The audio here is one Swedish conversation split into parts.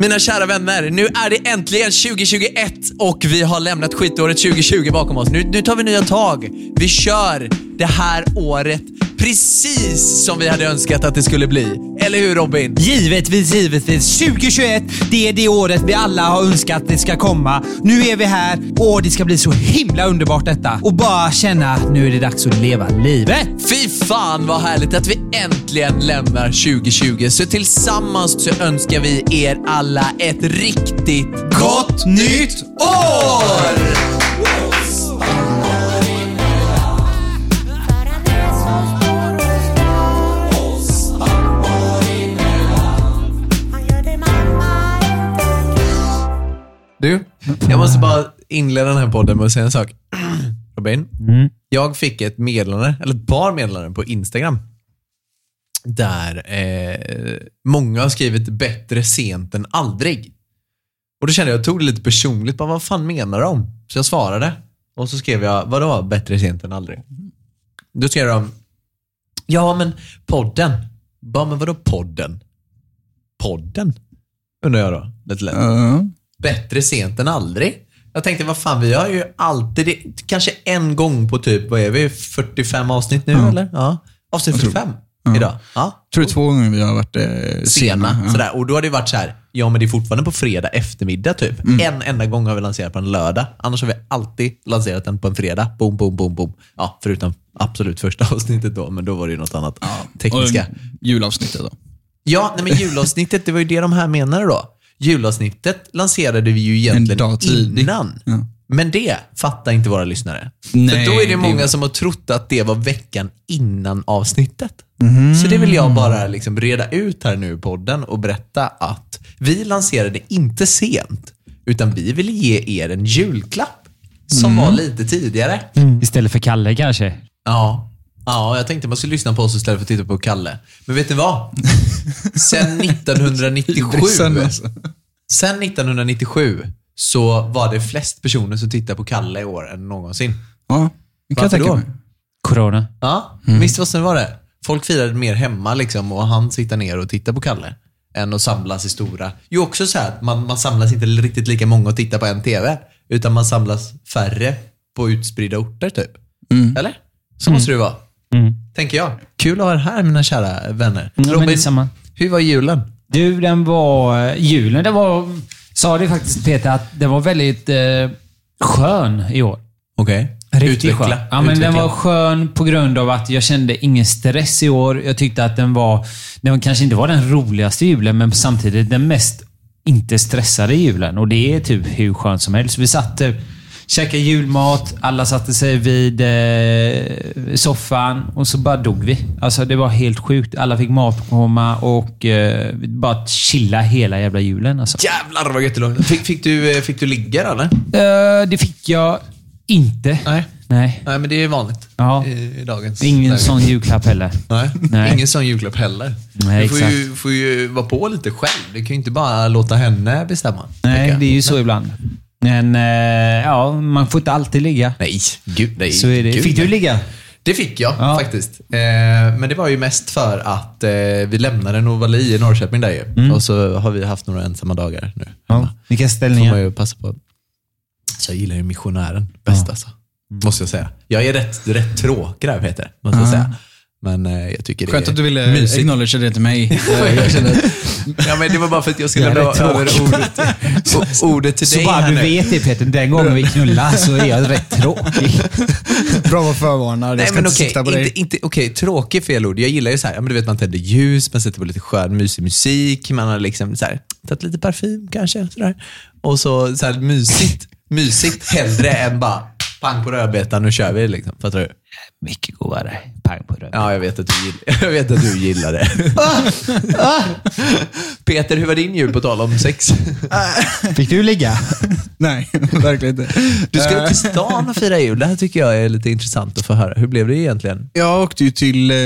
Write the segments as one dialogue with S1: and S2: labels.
S1: Mina kära vänner, nu är det äntligen 2021 och vi har lämnat skitåret 2020 bakom oss. Nu, nu tar vi nya tag. Vi kör det här året precis som vi hade önskat att det skulle bli. Eller hur Robin?
S2: Givetvis, givetvis. 2021, det är det året vi alla har önskat det ska komma. Nu är vi här och det ska bli så himla underbart detta. Och bara känna att nu är det dags att leva livet.
S1: Fy fan vad härligt att vi äntligen lämnar 2020. Så tillsammans så önskar vi er alla ett riktigt gott nytt år! Du, jag måste bara inleda den här podden med att säga en sak. Robin, jag fick ett meddelande, eller ett par meddelanden på Instagram. Där eh, många har skrivit bättre sent än aldrig. Och då kände jag, jag tog det lite personligt. Bara, vad fan menar de? Så jag svarade. Och så skrev jag, vadå bättre sent än aldrig? Då skrev de, ja men podden. Bara, men vadå podden? Podden? Undrar jag då, lite lätt bättre sent än aldrig. Jag tänkte, vad fan, vi har ju alltid, det- kanske en gång på typ, vad är vi, 45 avsnitt nu eller? Ja. Avsnitt 45 idag. Ja.
S3: tror det är två gånger vi har varit eh,
S1: Sena,
S3: sena.
S1: sådär. Och då har det varit så här, ja men det är fortfarande på fredag eftermiddag typ. En enda gång har vi lanserat på en lördag. Annars har vi alltid lanserat den på en fredag. Boom, boom, boom, boom. Ja, förutom absolut första avsnittet då, men då var det ju något annat. Tekniska.
S3: Och julavsnittet då.
S1: Ja, nej, men julavsnittet, det var ju det de här menade då. Julavsnittet lanserade vi ju egentligen
S3: En dag tidigt.
S1: innan.
S3: Ja.
S1: Men det fattar inte våra lyssnare.
S3: Nej,
S1: För då är det
S3: det
S1: många
S3: var-
S1: som har trott att det var veckan innan avsnittet. Så det vill jag bara liksom reda ut här nu i podden och berätta att vi lanserade inte sent, utan vi ville ge er en julklapp som var lite tidigare.
S4: Mm. Istället för Kalle kanske.
S1: Ja. ja, jag tänkte man skulle lyssna på oss istället för att titta på Kalle. Men vet ni vad? Sen 1997,
S3: Bryssan, alltså.
S1: sen 1997 så var det flest personer som tittade på Kalle i år än någonsin.
S3: Ja, det kan jag
S1: Varför
S3: tänka
S1: då?
S3: mig.
S4: Corona.
S1: Ja, visst vad sen var det? Folk firade mer hemma liksom och han sitter ner och tittar på Kalle än att samlas i stora. Jo, också så här att man, man samlas inte riktigt lika många och tittar på en TV, utan man samlas färre på utspridda orter typ. Eller? Så
S4: Mm.
S1: måste det vara. Tänker jag. Kul att ha er här mina kära vänner.
S4: men
S1: Robin,
S4: detsamma.
S1: hur var julen?
S4: Du, den var... eh, Julen, det var... Sa det faktiskt Peter att den var väldigt eh, skön i år.
S1: Okej.
S4: Riktigt
S1: Utveckla.
S4: skön. Ja, men den
S1: Utveckla.
S4: var skön på grund av att jag kände ingen stress i år. Jag tyckte att den var... Den kanske inte var den roligaste julen, men samtidigt den mest inte stressade julen. Och det är typ hur skönt som helst. Vi satt typ, käkade julmat, alla satte sig vid eh, soffan och så bara dog vi. Alltså Det var helt sjukt. Alla fick matkoma och eh, vi bara chilla hela jävla julen. Alltså.
S1: Jävlar vad gött det låg. Fick, fick, du, eh, fick du ligga då, eller?
S4: Eh, det fick jag inte.
S1: Nej. Eh,
S4: Nej.
S1: Nej, men det är vanligt
S4: Ja.
S1: i, i dagens
S4: Ingen
S1: läge.
S4: sån julklapp heller.
S1: Nej,
S4: Nej.
S1: ingen sån julklapp heller.
S4: Nej,
S1: du får
S4: exakt.
S1: ju, får ju vara på lite själv. Du kan ju inte bara låta henne bestämma. tänker
S4: Nej,
S1: jag.
S4: det är ju så ibland. Men eh, ja, man får inte alltid ligga.
S1: Nej, gud nej.
S4: Så är det.
S1: Gud,
S4: Fick du
S1: nej.
S4: ligga?
S1: Det fick jag
S4: Ja.
S1: faktiskt. Eh, men det var ju mest för att eh, vi lämnade Novali i Norrköping där ju. Och så har vi haft några ensamma dagar nu.
S4: Mm. Ja. Vilka
S1: får man
S4: ställningar?
S1: ju passa på. Så jag gillar ju missionären bäst alltså. Måste jag säga. Jag är rätt, rätt tråkig Peter, måste jag säga. Men eh, jag tycker det
S3: Skönt
S1: är
S3: att du ville
S1: mysigt.
S3: acknowledga det till mig. jag känner att
S1: Ja, men det var bara för att jag skulle
S4: Jag är
S1: lämna
S4: rätt
S1: över
S4: tråkig.
S1: ordet, o- ordet till
S4: Så
S1: dig
S4: bara
S1: här
S4: du
S1: nu.
S4: vet det Peter, den gången vi knullar så är jag rätt tråkig.
S3: Bra att vara förvarnad. Jag
S1: Nej,
S3: ska
S1: men
S3: inte
S1: okej,
S3: sikta på dig.
S1: inte, inte, okej, tråkig fel ord. Jag gillar ju så här, ja, men du vet man tänder ljus, man sätter på lite skön mysig musik, man har liksom så här, tagit lite parfym kanske. Så där. Och så, så här mysigt, mysigt hellre än bara pang på rödbetan, nu kör vi liksom. Fattar du?
S4: Mycket godare. Pang på röven.
S1: Ja, jag vet att du, gill, jag vet att du gillar det. Peter, hur var din jul på tal om sex?
S4: Fick du ligga?
S3: Nej, verkligen inte.
S1: Du skulle
S3: Eh,
S1: till stan och fira jul. Det här tycker jag är lite intressant att få höra. Hur blev det egentligen?
S3: Jag åkte ju till eh,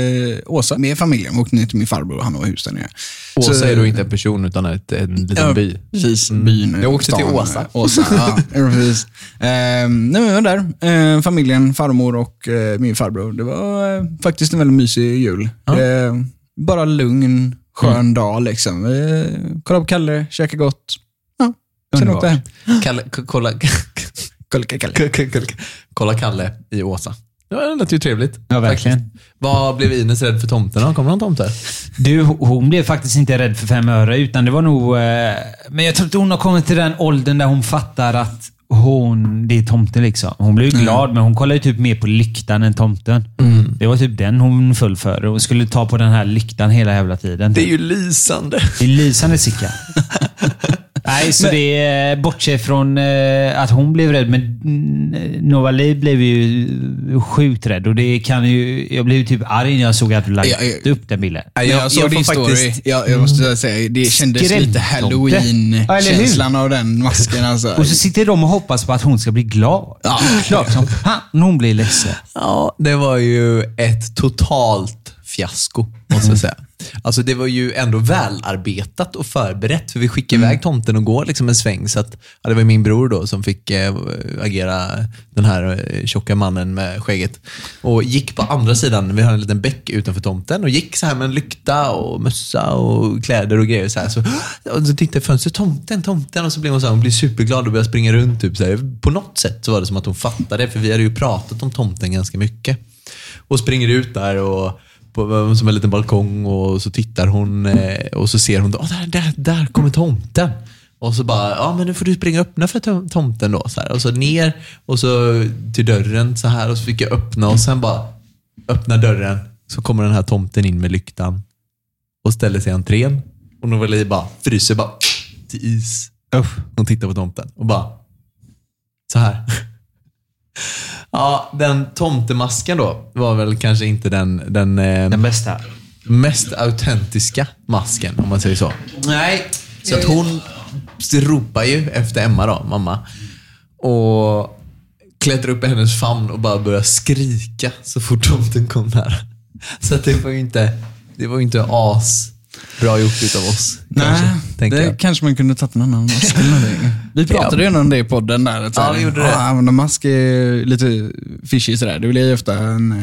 S3: Åsa med familjen. Jag åkte ner till min farbror och han var i hus där nere.
S1: Åsa
S3: Så-
S1: är då inte en person utan ett, en liten
S3: Ja,
S1: by. Mm.
S3: Precis, byn.
S1: Jag åkte till Åsa.
S3: Åsa, ja. precis. Ehm, nej, men jag var där. Ehm, familjen, farmor och eh, min farbror. Det var eh, faktiskt en väldigt mysig jul. Ehm, bara lugn, skön dag. Liksom. Eh, kolla på Kalle, käka gott. Ja, sen åkte jag hem.
S1: Kalle, k- kolla,
S3: Kolla på Kalle.
S1: k- k- k- kolla Kalle i Åsa. Ja, det lät ju trevligt.
S4: Ja, verkligen.
S1: Faktiskt. Vad blev Ines rädd för tomten då? Kommer någon tomte?
S4: Du, hon blev faktiskt inte rädd för fem öre, utan det var nog... Eh, men jag tror inte hon har kommit till den åldern där hon fattar att hon, det är tomten liksom. Hon blev
S3: Mm.
S4: ju glad, men hon kollade ju typ mer på lyktan än tomten. Det var typ den hon föll för. Hon skulle ta på den här lyktan hela jävla tiden.
S1: Det är ju lysande.
S4: Det är lysande Sickan. Nej, så det är eh, bortsett från eh, att hon blev rädd, men mm, Novali blev ju sjukt rädd. Och det kan ju, jag blev ju typ arg när jag såg att du lagt
S3: Ja, ja.
S4: upp den bilden.
S1: Nej,
S3: jag, såg din
S1: får
S3: story. Jag, jag måste säga, det kändes
S4: Skrämtomte.
S3: lite
S4: Ja, eller hur?
S3: halloween-känslan av den masken. Alltså.
S4: Och så sitter de och hoppas på att hon ska bli glad.
S3: Ja.
S4: Klart som fan hon blir ledsen.
S1: Ja, det var ju ett totalt fiasko, måste jag säga. Alltså det var ju ändå välarbetat och förberett, för vi skickade iväg tomten och går liksom en sväng. Så att, ja, det var min bror då som fick eh, agera den här eh, tjocka mannen med skägget. Och gick på andra sidan, vi har en liten bäck utanför tomten, och gick så här med en lykta och mössa och kläder och grejer. Så, här. så, och så tittade jag i fönstret, tomten, tomten. Och så blev hon så här, hon blev superglad och började springa runt. Typ, så här. På något sätt så var det som att hon fattade, för vi hade ju pratat om tomten ganska mycket. Och springer ut där och på, som en liten balkong och så tittar hon eh, och så ser hon, oh, där, där, där kommer tomten. Och så bara, ja men nu får du springa och öppna för tom- tomten då. Så här. Och så ner och så till dörren så här och så fick jag öppna och sen bara öppna dörren. Så kommer den här tomten in med lyktan och ställer sig i entrén. Och Novali bara fryser bara till is. Hon tittar på tomten och bara så här. Ja, den tomtemasken då var väl kanske inte den, den, eh,
S4: Den bästa.
S1: mest autentiska masken, om man säger så.
S4: Nej.
S1: Så att hon ropar ju efter Emma då, mamma. Och klättrar upp i hennes famn och bara börjar skrika så fort tomten kom nära. Så att det var ju inte, det var ju inte as bra gjort utav oss.
S3: Nej,
S1: kanske, tänker
S3: det
S1: jag.
S3: kanske man kunde tagit en annan mask eller någonting. Vi pratade ju om det i podden där. Att, så här,
S1: Ja, vi gjorde det.
S3: Ja, men en mask är lite fishy sådär. Det blir ju ofta en... eh,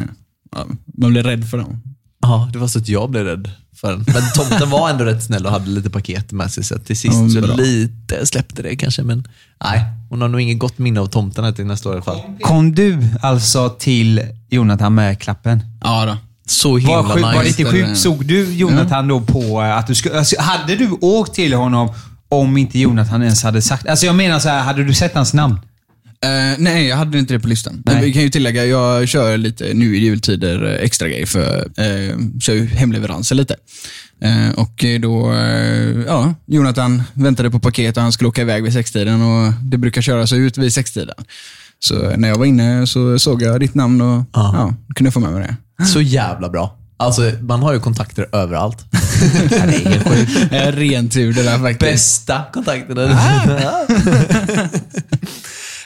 S3: Ja, man blir rädd för dem.
S1: Ja, det var så att jag blev rädd för den. Men tomten var ändå rätt snäll och hade lite paket med sig, så att till sist
S3: Ja,
S1: så
S3: bra.
S1: lite släppte det kanske. Men nej, hon har nog inget gott minne av tomten här till nästa år i alla fall.
S2: Kom du alltså till Jonathan med klappen?
S3: Ja då.
S1: Så himla
S2: Var, sjuk,
S1: nice.
S2: var det inte
S3: det där.
S2: sjukt? Såg du Jonathan då på eh, att du skulle... Alltså, hade du åkt till honom om inte Jonathan ens hade sagt... Alltså jag menar så här, hade du sett hans namn?
S3: Eh, nej, jag hade inte det på listan.
S2: Nej.
S3: Vi kan ju tillägga, jag kör lite nu i jultider eh, extra grej för uh, kör ju hemleveranser lite. Eh, och eh, då, eh, ja, Jonathan väntade på paket och han skulle åka iväg vid sextiden och det brukar köras ut vid sextiden. Så när jag var inne så såg jag ditt namn och
S1: Ja.
S3: ja, kunde få med mig det.
S1: Så jävla bra. Alltså, man har ju kontakter överallt.
S3: Eh, Ren tur det där faktiskt.
S1: Bästa kontakterna. Ah.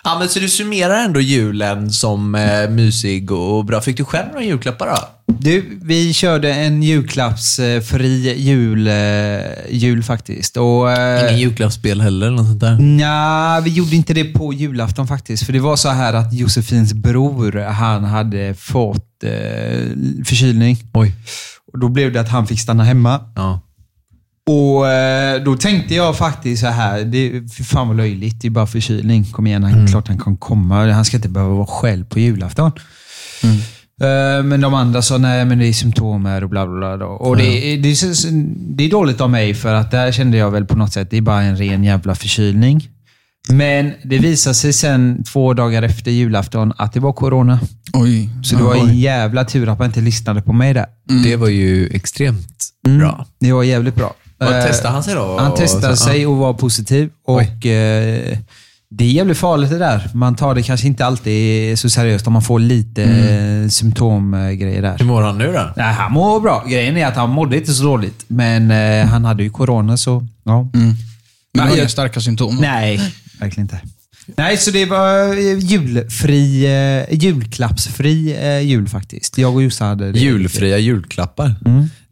S1: ja, men så du summerar ändå julen som eh, mysig och bra. Fick du själv några julklappar då?
S2: Du, vi körde en julklappsfri jul, eh, jul faktiskt. Och, eh,
S1: Ingen julklappsspel heller eller något sånt där?
S2: Nja, vi gjorde inte det på julafton faktiskt. För det var så här att Josefins bror, han hade fått eh, förkylning.
S1: Oj.
S2: Och då blev det att han fick stanna hemma.
S1: Ja.
S2: Och eh, då tänkte jag faktiskt så här, det för fan vad löjligt, det är bara förkylning. Kom igen, han, klart han kan komma. Han ska inte behöva vara själv på julafton. Eh, Men de andra sa nej, men det är symptomer och bla bla bla. då. Och det, det, är- det är dåligt av mig för att där kände jag väl på något sätt, det är bara en ren jävla förkylning. Men det visade sig sen två dagar efter julafton att det var corona.
S3: Oj.
S2: Så det var en jävla tur att man inte lyssnade på mig där.
S1: Det var ju extremt bra.
S2: Mm. Det var jävligt bra.
S1: Vad
S2: Eh,
S1: testade han sig då?
S2: Han testade
S1: Och så-
S2: sig och var positiv. Och, eh, det är jävligt farligt det där. Man tar det kanske inte alltid så seriöst om man får lite mm. symptomgrejer där.
S1: Hur mår han nu då?
S2: Nej, han mår bra. Grejen är att han mådde inte så dåligt. Men eh, han hade ju corona så... Ja.
S1: Mm.
S3: Men det var
S2: Nej,
S3: inga starka symptom.
S2: Nej, verkligen inte. Nej, så det var eh, julfri, eh, julklappsfri eh, jul faktiskt. Jag och Jossan hade det.
S1: Julfria julklappar.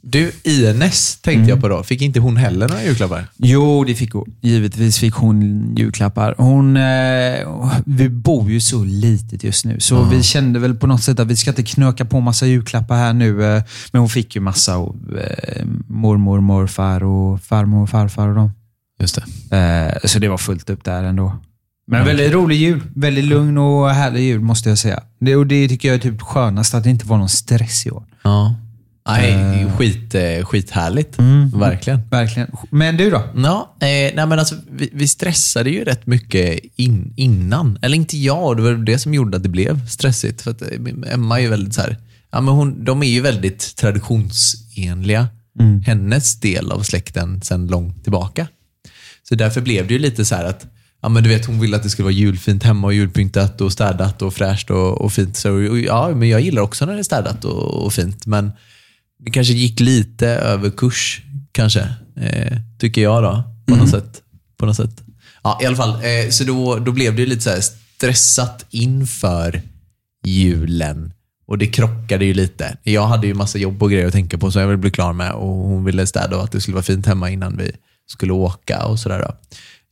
S1: Du, INS tänkte jag på då. Fick inte hon heller några julklappar?
S2: Jo, det fick hon. Givetvis fick hon julklappar. Hon, eh, vi bor ju så litet just nu, så vi kände väl på något sätt att vi ska inte knöka på massa julklappar här nu. Eh, men hon fick ju massa av eh, mormor, morfar och farmor och farfar och dem.
S1: Just det.
S2: Eh, så det var fullt upp där ändå. Men väldigt rolig jul. Väldigt lugn och härlig jul måste jag säga. Det, och det tycker jag är typ skönast, att det inte var någon stress i år.
S1: Ja. Nej, skit, eh, skithärligt. Verkligen.
S2: Verkligen. Men du då?
S1: Ja, eh, nej men alltså, vi, vi stressade ju rätt mycket in, innan. Eller inte jag, det var det som gjorde att det blev stressigt. För att eh, min- Emma är ju väldigt så här, ja, men hon, de är ju väldigt traditionsenliga. Hennes del av släkten sedan långt tillbaka. Så därför blev det ju lite så här att Ja, men du vet, hon ville att det skulle vara julfint hemma och julpyntat och städat och fräscht och, och fint. Så, och, ja, men jag gillar också när det är städat och, och fint, men det kanske gick lite över kurs, kanske. Eh, tycker jag då, på, något sätt, på något sätt. Ja, i alla fall. Eh, så då, då blev det ju lite så här stressat inför julen. Och det krockade ju lite. Jag hade ju massa jobb och grejer att tänka på som jag ville bli klar med och hon ville städa och att det skulle vara fint hemma innan vi skulle åka och sådär. då.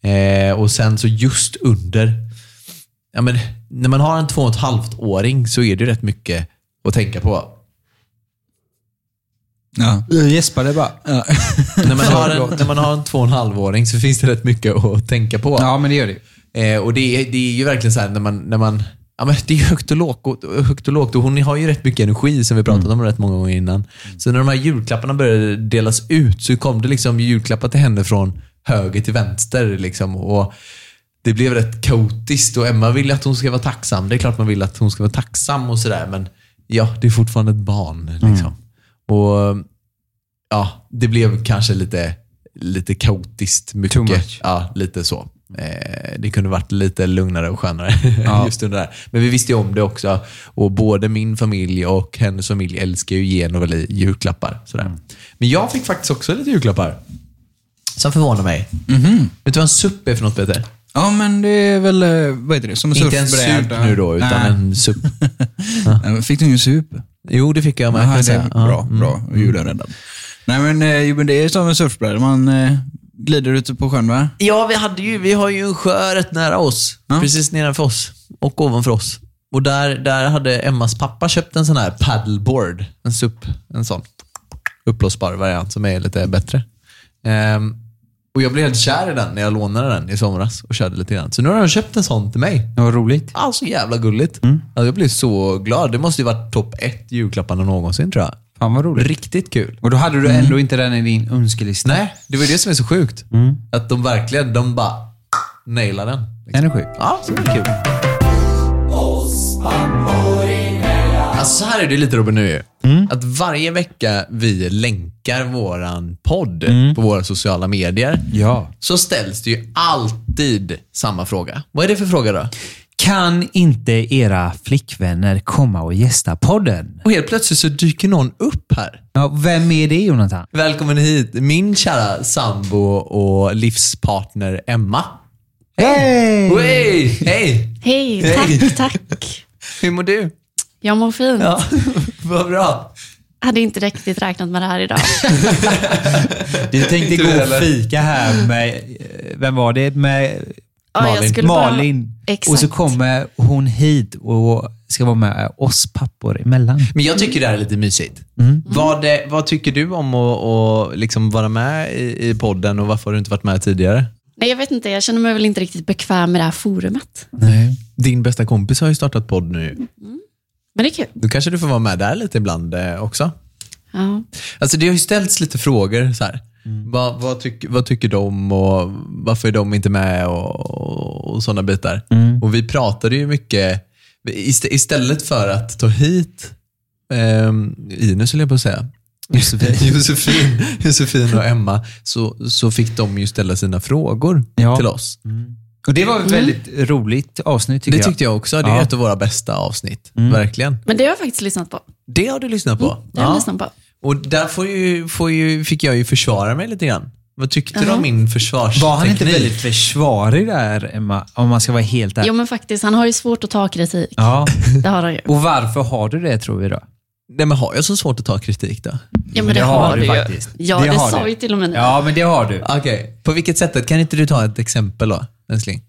S1: Eh, och sen så just under ja, men, när man har en två och ett halvt åring så är det ju rätt mycket att tänka på.
S3: Ja.
S2: Jag gäspade bara.
S1: när, man har en, när man har en två och en halvåring så finns det rätt mycket att tänka på.
S2: Ja, men det gör det ju.
S1: Eh, och det är, det är ju verkligen så här när man... När man ja, men det är ju högt och, lågt, och, högt och lågt och hon har ju rätt mycket energi som vi pratat om rätt många gånger innan. Så när de här julklapparna började delas ut så kom det liksom julklappar till henne från höger till vänster. Liksom, och det blev rätt kaotiskt och Emma vill att hon ska vara tacksam. Det är klart man vill att hon ska vara tacksam och sådär men ja, det är fortfarande ett barn. Liksom. Och ja, det blev kanske lite, lite kaotiskt. Mycket.
S2: Too much.
S1: Ja, lite så. Eh, det kunde varit lite lugnare och skönare just under det här. Men vi visste ju om det också. Och både min familj och hennes familj älskar ju ge några li- julklappar. Sådär.
S3: Mm.
S1: Men jag fick faktiskt också lite julklappar. Som förvånar mig.
S3: Mhm.
S1: Vet du vad en SUP är för något, Peter?
S3: ja, men det är väl, eh, vad heter det, som en
S1: Inte en
S3: surfbräda.
S1: SUP nu då, utan
S3: Nej.
S1: en SUP.
S3: Ja, men Fick du ju sup?
S1: Jo, det fick jag med. kan
S3: Aha,
S1: jag
S3: det
S1: säga.
S3: är
S1: Ja.
S3: bra, bräda.
S2: mm.
S3: bra. Julen räddad. Nej, men, eh, jo, men det är som en surfbräda. Man eh, glider ute på sjön, va?
S1: Ja, vi, hade ju, vi har ju en sjö rätt nära oss. Precis nedanför oss och ovanför oss. Och där, där hade Emmas pappa köpt en sån här paddleboard. En SUP. En sån uppblåsbar variant som är lite bättre. Ehm, och Jag blev helt kär i den när jag lånade den i somras och körde lite grann. Så nu har han köpt en sån till mig.
S2: Det var roligt. Mm.
S1: Ah, så jävla gulligt. Alltså, jag blev så glad. Det måste ju varit topp ett julklapparna någonsin tror jag.
S2: Fan vad roligt. Mm.
S1: Riktigt kul.
S2: Och då hade du ändå inte den i din önskelista.
S1: Nej, det var det som är så sjukt.
S2: Mm.
S1: Att de verkligen, de bara nailar den.
S2: Den är sjuk.
S1: Ja, så det är kul. Alltså så här är det lite Robin nu ju. Att varje vecka vi länkar våran podd på våra sociala medier
S2: Ja.
S1: så ställs det ju alltid samma fråga. Vad är det för fråga då?
S4: Kan inte era flickvänner komma och gästa podden?
S1: Och helt plötsligt så dyker någon upp här.
S4: Ja, vem är det Jonathan?
S1: Välkommen hit, min kära sambo och livspartner Emma.
S4: Hej!
S1: Mm. Hey! Hej!
S5: Hej,
S1: Hej.
S5: tack, tack.
S1: Hur mår du?
S5: Jag mår fint.
S1: Ja, vad bra.
S5: Hade inte riktigt räknat med det här idag.
S2: Vi tänkte
S1: Tur eller?
S2: fika här med, eh, vem var det? Med
S5: Ja, jag skulle bara- Exakt.
S2: Och så kommer hon hit och ska vara med oss pappor emellan.
S1: Men jag tycker det här är lite mysigt. Vad, eh, vad tycker du om att, att liksom vara med i, i podden och varför har du inte varit med tidigare?
S5: Nej, jag vet inte. Jag känner mig väl inte riktigt bekväm med det här forumet.
S1: Nej. Din bästa kompis har ju startat podd nu.
S5: Men det är kul.
S1: Då kanske du får vara med där lite ibland eh, också.
S5: Ja.
S1: Alltså det har ju ställts lite frågor så här. Vad, vad, tyck, vad tycker de och varför är de inte med och, och sådana bitar.
S2: Mm.
S1: Och vi pratade ju mycket, ist- istället för att ta hit ehm, Ines höll jag på att säga, Josefin, Josefin, Josefin och Emma, så, så fick de ju ställa sina frågor
S2: Ja.
S1: till oss.
S2: Och det var ett väldigt roligt avsnitt tycker
S1: Det
S2: jag.
S1: tyckte jag också, det är
S2: Ja. Mm.
S1: ett av våra bästa avsnitt. Verkligen.
S5: Men det har jag faktiskt lyssnat på.
S1: Det har du lyssnat på.
S5: Det har Mm, jag
S1: Ja.
S5: lyssnat på.
S1: Och där får ju, får ju, fick jag ju försvara mig lite grann. Vad tyckte du om min försvarsteknik?
S2: Var han inte väldigt försvarig där, Emma? Om man ska vara helt ärlig.
S5: Jo, men faktiskt. Han har ju svårt att ta kritik.
S2: Ja.
S5: Det har han ju.
S2: Och varför har du det tror vi då?
S1: Nej, men har jag så svårt att ta kritik då?
S2: Mm.
S5: Ja, men det, har du ju.
S4: faktiskt.
S5: Ja,
S2: Det
S5: det,
S2: har
S5: sa
S2: du.
S5: ju till och med ni. Ja.
S2: Ja, men det har du.
S1: Okej, på vilket sätt? Kan inte du ta ett exempel då, älskling?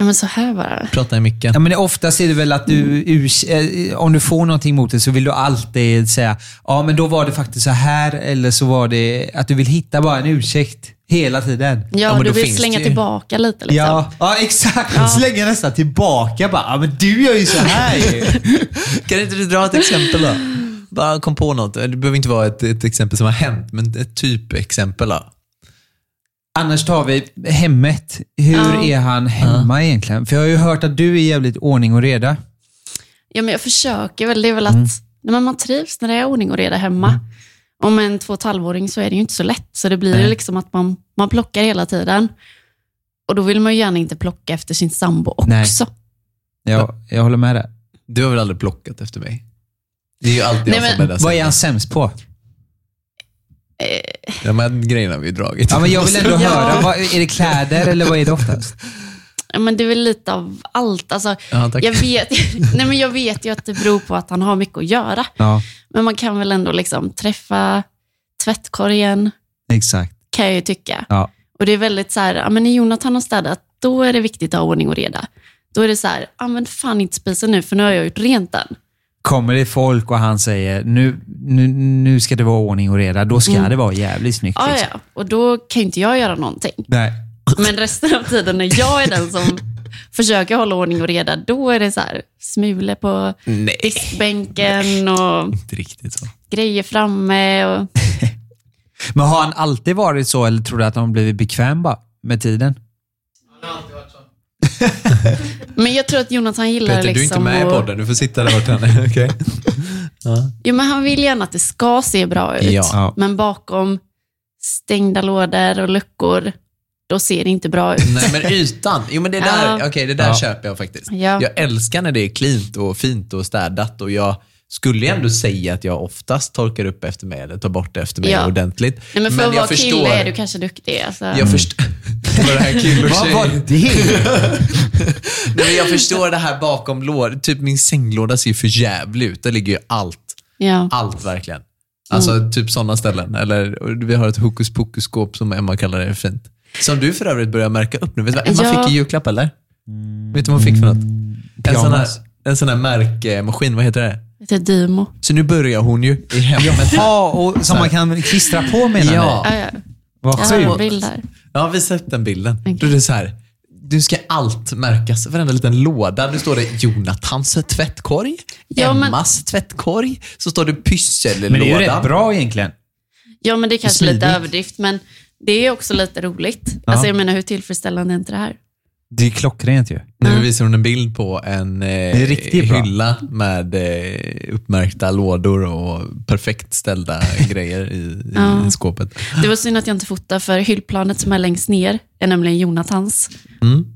S5: men så här bara.
S1: Prata i micken.
S2: Ja, men oftast är det väl att du, urs- eh, om du får någonting mot det så vill du alltid säga ja men då var det faktiskt så här eller så var det att du vill hitta bara en ursäkt hela tiden.
S5: Ja,
S1: men
S5: du
S1: då
S5: vill
S1: finns
S5: slänga
S1: det ju-
S5: tillbaka lite liksom.
S2: Ja, ja exakt. Slänga nästan tillbaka bara. Ja, men du gör ju så här ju.
S1: Kan inte du dra ett exempel då? Bara kom på något. Det behöver inte vara ett, ett exempel som har hänt, men ett typexempel då.
S2: Annars tar vi hemmet. Hur
S5: Ja.
S2: är han hemma egentligen? För jag har ju hört att du är jävligt ordning och reda.
S5: Ja, men jag försöker väl. Det är väl att nej, men man trivs när det är ordning och reda hemma. Om en två och ett halvåring så är det ju inte så lätt. Så det blir ju liksom att man, man plockar hela tiden. Och då vill man ju gärna inte plocka efter sin sambo
S2: Nej.
S5: också.
S2: Jag, jag håller med där.
S1: Du har väl aldrig plockat efter mig? Det är ju alltid
S5: Nej,
S1: jag som är
S5: men-
S1: där.
S2: Vad är
S1: sen.
S2: han sämst på?
S5: Eh,
S1: De här grejerna har vi ju dragit.
S2: Ja, men jag vill ändå
S5: Ja.
S2: höra. Vad, är det kläder eller vad är det oftast?
S5: Ja, men det är väl lite av allt. Alltså,
S1: Ja, tack.
S5: jag, vet, nej, men jag vet ju att det beror på att han har mycket att göra.
S2: Ja,
S5: Men man kan väl ändå liksom träffa tvättkorgen,
S2: exakt.
S5: kan jag ju tycka.
S2: Ja.
S5: Och det är väldigt så här, ja, men när Jonathan har städat, då är det viktigt att ha ordning och reda. Då är det så här, ja men fan inte spisen nu, för nu har jag gjort rent den.
S2: Kommer det folk och han säger nu, nu, nu ska det vara ordning och reda, då ska det vara jävligt snyggt.
S5: Mm. Ja,
S2: liksom.
S5: ja, och då kan ju inte jag göra någonting.
S2: Nej.
S5: Men resten av tiden när jag är den som försöker hålla ordning och reda, då är det så här, smulor på
S1: Nej,
S5: diskbänken och
S1: inte riktigt så.
S5: grejer framme. Och,
S2: Men har han alltid varit så eller tror du att han har blivit bekväm bara med tiden?
S5: men jag tror att Jonathan gillar
S1: Peter, du är inte
S5: liksom
S1: med i
S5: att-
S1: podden. Du får sitta där borta. nu, Okej.
S5: Jo, men han vill gärna att det ska se bra ut.
S1: Ja.
S2: Ja.
S5: Men bakom stängda lådor och luckor, då ser det inte bra ut.
S1: Nej, men ytan. Jo, men det där,
S5: Ja.
S1: okej, det där
S2: Ja.
S1: köper jag faktiskt.
S5: Ja.
S1: Jag älskar när det är cleant och fint och städat och jag skulle ju ändå säga att jag oftast torkar upp efter mig eller tar bort efter mig
S5: Ja.
S1: ordentligt.
S5: Nej, men för att
S1: jag
S5: vara kille är du kanske duktig. Alltså.
S1: Jag förstår... Var Mm. det här kille och
S2: Vad
S1: tjej?
S2: var det?
S1: Nej, men jag förstår det här bakom lår. Typ min sänglåda ser ju för jävlig ut. Där ligger ju allt.
S5: Ja.
S1: Allt verkligen. Alltså typ sådana ställen. Eller och vi har ett hokus pokus-skåp som Emma kallar det fint. Som du för övrigt börjar märka upp nu. Vet du vad Emma
S5: Ja.
S1: fick i julklapp eller? Vet du vad hon fick för något? En sån, här,
S2: pyjamas.
S1: en sån här märkmaskin, vad heter det?
S5: Lite Dymo.
S1: Så nu börjar hon ju i hemmet.
S2: Ja, och som man kan klistra på menar
S1: Ja.
S2: ni?
S5: Ja, ja.
S2: Vad
S5: Jag har en
S2: sjukt.
S5: bild där.
S1: Ja, vi har sett den bilden. Då är det så här. Du ska allt märkas, varenda liten låda. Nu står det Jonathans tvättkorg,
S5: Ja, men-
S1: Emmas tvättkorg, så står det pyssellådan.
S2: Men det är ju rätt bra egentligen.
S5: Ja, men det är kanske lite
S2: Smidigt.
S5: överdrift, men det är också lite roligt. Alltså, jag menar, hur tillfredsställande är inte det här?
S2: Det är klockrent ju.
S1: Nu visar hon en bild på en eh,
S2: är riktigt bra.
S1: hylla med eh, uppmärkta lådor och perfekt ställda grejer i, i skåpet.
S5: Det var synd att jag inte fotade, för hyllplanet som är längst ner är nämligen Jonathans.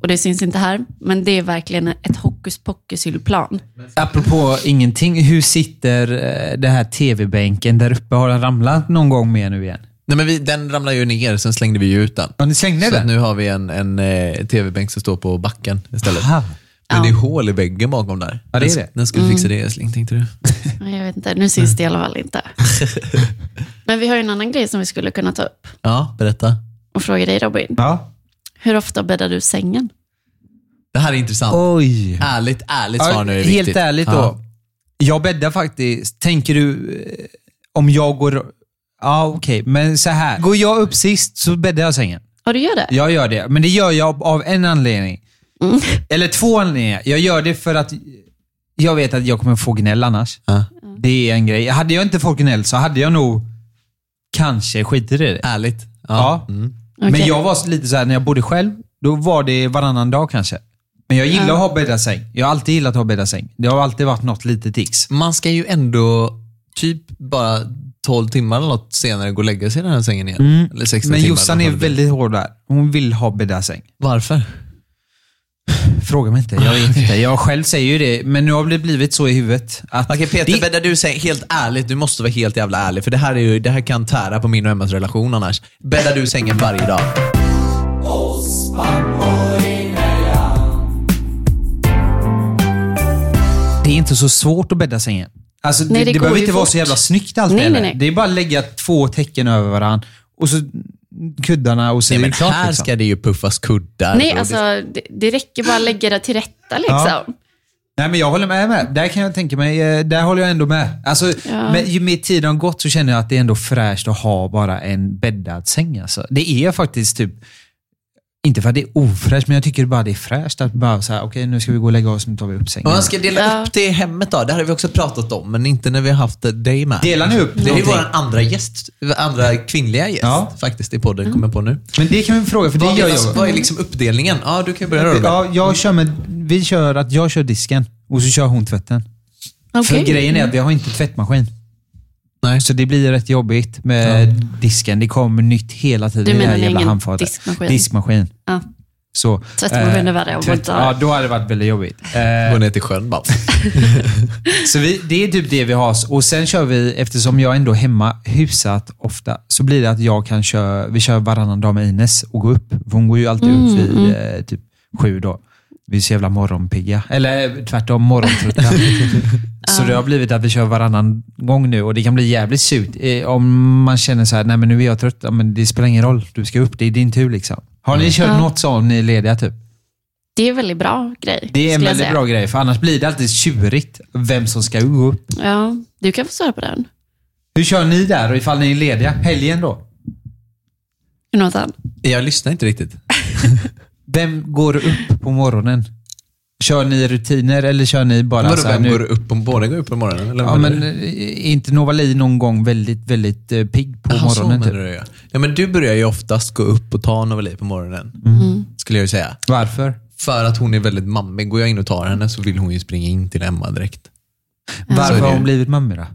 S5: Och det syns inte här, men det är verkligen ett hokus pokus hyllplan.
S2: Apropå ingenting, hur sitter eh, det här tv-bänken där uppe? Har den ramlat någon gång mer nu igen?
S1: Nej, men vi, den ramlade ju ner, sen slängde vi ju ut den.
S2: Ja, ni slängde
S1: Så att
S2: den?
S1: nu har vi en, en eh, tv-bänk som står på backen istället.
S2: Aha.
S1: Men det är hål i väggen bakom där.
S2: Ja, det är det.
S1: När ska vi
S5: Mm.
S1: fixa det, älskling, tänkte du?
S5: Ja, Jag vet inte, nu syns
S2: Mm.
S5: det i alla fall inte. Men vi har ju en annan grej som vi skulle kunna ta upp
S1: Ja, berätta.
S5: och fråga dig Robin.
S2: Ja.
S5: Hur ofta bäddar du sängen?
S1: Det här är intressant.
S2: Oj.
S1: Ärligt, ärligt svar
S2: Ja,
S1: nu är viktigt.
S2: Helt ärligt då.
S1: Ja.
S2: Jag bäddar faktiskt. Tänker du eh, om jag går... Ja, okej. Men så här. Går jag upp sist så bäddar jag sängen.
S5: Ja, du gör det?
S2: Jag gör det. Men det gör jag av en anledning.
S1: Mm.
S2: Eller två anledningar. Jag gör det för att jag vet att jag kommer få gnäll annars.
S1: Ja.
S2: Det är en grej. Hade jag inte fått gnäll så hade jag nog kanske skitit i det.
S1: Ärligt.
S2: Ja. Mm. Men
S5: Okej.
S2: jag var lite så här när jag bodde själv, då var det varannan dag kanske. Men jag gillar att ha bäddad säng. Jag har alltid gillat att ha bäddad säng. Det har alltid varit något litet tics.
S1: Man ska ju ändå typ bara 12 timmar eller något senare gå och lägga sig i den här sängen igen. Eller 16
S2: Men
S1: timmar,
S2: Jossan
S1: eller
S2: är
S1: vad det blir.
S2: väldigt hård där. Hon vill ha bäddad säng.
S1: Varför?
S2: Fråga mig inte. Jag vet inte. Jag själv säger ju det, men nu har det blivit så i huvudet. Att
S1: Okej Peter,
S2: det-
S1: bäddar du säng, helt ärligt, du måste vara helt jävla ärlig för det här, är ju, det här kan tära på min och Emmas relation annars. Bäddar du sängen varje dag?
S2: Det är inte så svårt att bädda sängen. Alltså,
S5: Nej,
S2: det, det,
S5: det går
S2: behöver
S5: ju
S2: inte vara
S5: fort.
S2: så jävla snyggt alltid.
S5: Nej,
S2: heller.
S5: nej, nej.
S2: Det är bara att lägga två tecken över varandra och så kuddarna och så
S1: Nej,
S2: är
S1: men
S2: det klart.
S1: här
S2: liksom.
S1: ska det ju puffas kuddar.
S5: Nej,
S1: och
S5: alltså
S1: det-
S5: det, det räcker bara att lägga det till rätta liksom.
S2: Nej, men jag håller med, med. Där kan jag tänka mig, eh, där håller jag ändå med. Alltså,
S5: Ja.
S2: men ju mer tiden har gått så känner jag att det är ändå fräscht att ha bara en bäddad säng. Alltså. Det är faktiskt typ, inte för att det är ofräscht, men jag tycker bara det är fräscht att bara så här, okej nu ska vi gå och lägga oss, nu tar vi upp sängen.
S1: Om man ska dela
S5: Ja.
S1: upp det i hemmet då? Det här har vi också pratat om, men inte när vi har haft dig med.
S2: Delar ni upp
S1: Det är ju
S2: någonting?
S1: vår andra gäst, andra kvinnliga gäst
S2: Ja.
S1: faktiskt i podden, kommer jag på nu.
S2: Men det kan vi fråga, för det
S1: vad,
S2: gör
S1: alltså,
S2: jag.
S1: vad är liksom uppdelningen? Ja, du kan ju börja Robin.
S2: Ja, jag kör med, vi kör att jag kör disken och så kör hon tvätten.
S5: Okej.
S2: För grejen är att vi har inte tvättmaskin.
S1: Nej.
S2: Så det blir rätt jobbigt med disken. Det kommer nytt hela tiden
S5: Du
S2: i det
S5: menar
S2: här jävla
S5: ingen
S2: handfatet.
S5: diskmaskin?
S2: Diskmaskin.
S5: Ja.
S2: Så, eh,
S5: Tvättmaskin är värre om man
S2: tvätt,
S5: inte har-
S2: Ja, då hade det varit väldigt jobbigt. Eh,
S1: Gå ner till sjön bara.
S2: så vi, det är typ det vi har. Och sen kör vi, eftersom jag ändå är hemma husat ofta, så blir det att jag kan köra, vi kör varannan dag med Ines och gå upp. För hon går ju alltid
S5: Mm,
S2: upp vid eh, typ sju då. Vi är så jävla morgonpigga. Eller eh, tvärtom, morgontrötta. så det har blivit att vi kör varannan gång nu och det kan bli jävligt surt. Eh, om man känner så här, nej men nu är jag trött. Ja, men det spelar ingen roll, du ska upp, det är din tur liksom. Har
S5: Mm.
S2: ni kört något så om ni är lediga typ?
S5: Det är en väldigt bra grej.
S2: Det är en
S5: skulle jag
S2: väldigt
S5: säga.
S2: bra grej, för annars blir det alltid tjurigt vem som ska gå upp.
S5: Ja, du kan få svara på den.
S2: Hur kör ni där och ifall ni är lediga? Helgen då?
S5: Jonathan.
S1: Jag lyssnar inte riktigt.
S2: Vem går upp på morgonen? Kör ni rutiner eller kör ni bara
S1: Vadå,
S2: så här
S1: vem
S2: alltså, nu?
S1: går upp på, båda går upp på morgonen? Eller
S2: Ja,
S1: vad menar
S2: men
S1: du?
S2: eh, är inte Novali någon gång väldigt, väldigt eh, pigg på
S1: Jaha, så
S2: morgonen?
S1: menar
S2: Typ?
S1: du, ja. ja, men du börjar ju oftast gå upp och ta Novali på morgonen, skulle jag ju säga.
S2: Varför?
S1: För att hon är väldigt mammig. Går jag in och tar henne så vill hon ju springa in till Emma direkt. Så
S2: Varför
S1: är det
S2: har
S1: ju.
S2: hon blivit mamma då?